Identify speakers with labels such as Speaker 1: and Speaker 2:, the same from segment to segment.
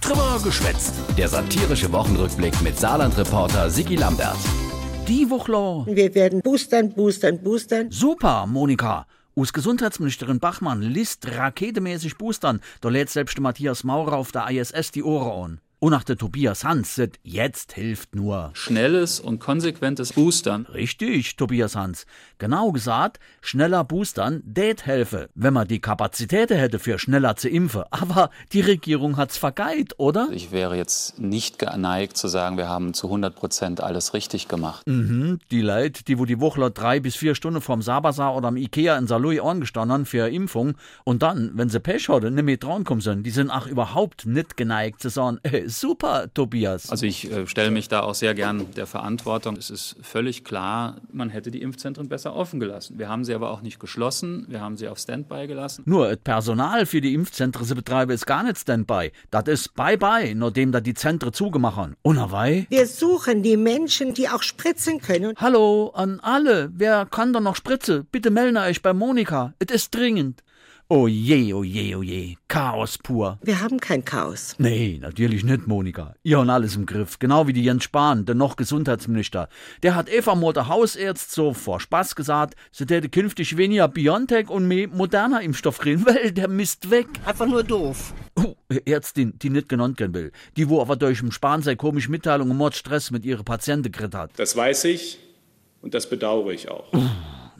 Speaker 1: Trimmer geschwätzt. Der satirische Wochenrückblick mit Saarland-Reporter Sigi Lambert.
Speaker 2: Die Wuchler.
Speaker 3: Wir werden boostern, boostern, boostern.
Speaker 2: Super, Monika. Us Gesundheitsministerin Bachmann list raketemäßig boostern. Da lädt selbst Matthias Maurer auf der ISS die Ohren an. Und nach der Tobias Hans sit, jetzt hilft nur.
Speaker 4: Schnelles und konsequentes Boostern.
Speaker 2: Richtig, Tobias Hans. Genau gesagt, schneller boostern, det helfe, wenn man die Kapazität hätte für schneller zu impfen. Aber die Regierung hat's vergeilt, oder?
Speaker 4: Ich wäre jetzt nicht geneigt zu sagen, wir haben zu 100 Prozent alles richtig gemacht.
Speaker 2: Mhm, die Leute, die wo die Wochler drei bis vier Stunden vom Sabasar oder am Ikea in Saarlouis angestanden für Impfung und dann, wenn sie Pech hatten, nicht mehr drankommen sind, die sind auch überhaupt nicht geneigt zu sagen, äh, super, Tobias.
Speaker 4: Also ich äh, stelle mich da auch sehr gern der Verantwortung. Es ist völlig klar, man hätte die Impfzentren besser offen gelassen. Wir haben sie aber auch nicht geschlossen, wir haben sie auf Standby gelassen.
Speaker 2: Nur das Personal für die Impfzentren sie betreibe ist gar nicht Standby. Das ist Bye-Bye, nachdem da die Zentren zugemacht Und dabei?
Speaker 3: Wir suchen die Menschen, die auch spritzen können.
Speaker 2: Hallo an alle, wer kann da noch Spritze? Bitte melden euch bei Monika, es ist dringend. Oh je, oh je, oh je. Chaos pur.
Speaker 3: Wir haben kein Chaos.
Speaker 2: Nee, natürlich nicht, Monika. Ihr habt alles im Griff. Genau wie die Jens Spahn, der noch Gesundheitsminister. Der hat Eva Mutter Hausärzt so vor Spaß gesagt, sie täte künftig weniger Biontech und mehr moderner Impfstoff kriegen, weil der Mist weg.
Speaker 5: Einfach nur doof.
Speaker 2: Oh, Ärztin, die nicht genannt werden will. Die, wo aber durch im Spahn seine komische Mitteilung und Mordstress mit ihrer Patienten geredet hat.
Speaker 6: Das weiß ich und das bedauere ich auch.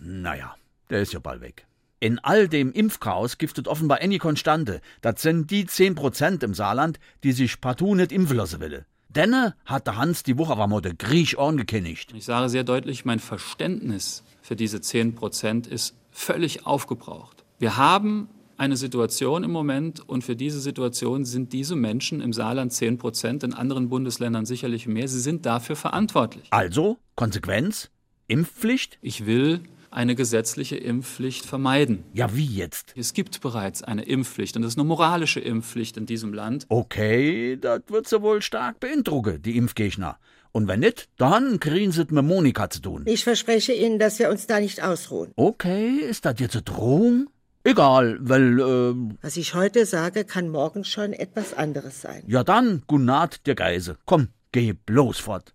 Speaker 2: Naja, der ist ja bald weg. In all dem Impfchaos giftet offenbar eine Konstante. Das sind die 10% im Saarland, die sich partout nicht impfen lassen will. Denne hat der Hans die Wucherwamotte griech angekündigt.
Speaker 4: Ich sage sehr deutlich, mein Verständnis für diese 10 Prozent ist völlig aufgebraucht. Wir haben eine Situation im Moment und für diese Situation sind diese Menschen im Saarland 10 Prozent, in anderen Bundesländern sicherlich mehr. Sie sind dafür verantwortlich.
Speaker 2: Also, Konsequenz? Impfpflicht?
Speaker 4: Ich will eine gesetzliche Impfpflicht vermeiden.
Speaker 2: Ja, wie jetzt?
Speaker 4: Es gibt bereits eine Impfpflicht und das ist eine moralische Impfpflicht in diesem Land.
Speaker 2: Okay, das wird sie wohl stark beeindrucken, die Impfgegner. Und wenn nicht, dann kriegen sie es mit Monika zu tun.
Speaker 3: Ich verspreche Ihnen, dass wir uns da nicht ausruhen.
Speaker 2: Okay, ist das jetzt eine Drohung? Egal, weil, äh,
Speaker 3: Was ich heute sage, kann morgen schon etwas anderes sein.
Speaker 2: ja dann, Gunnar, der Geise. Komm, geh bloß fort.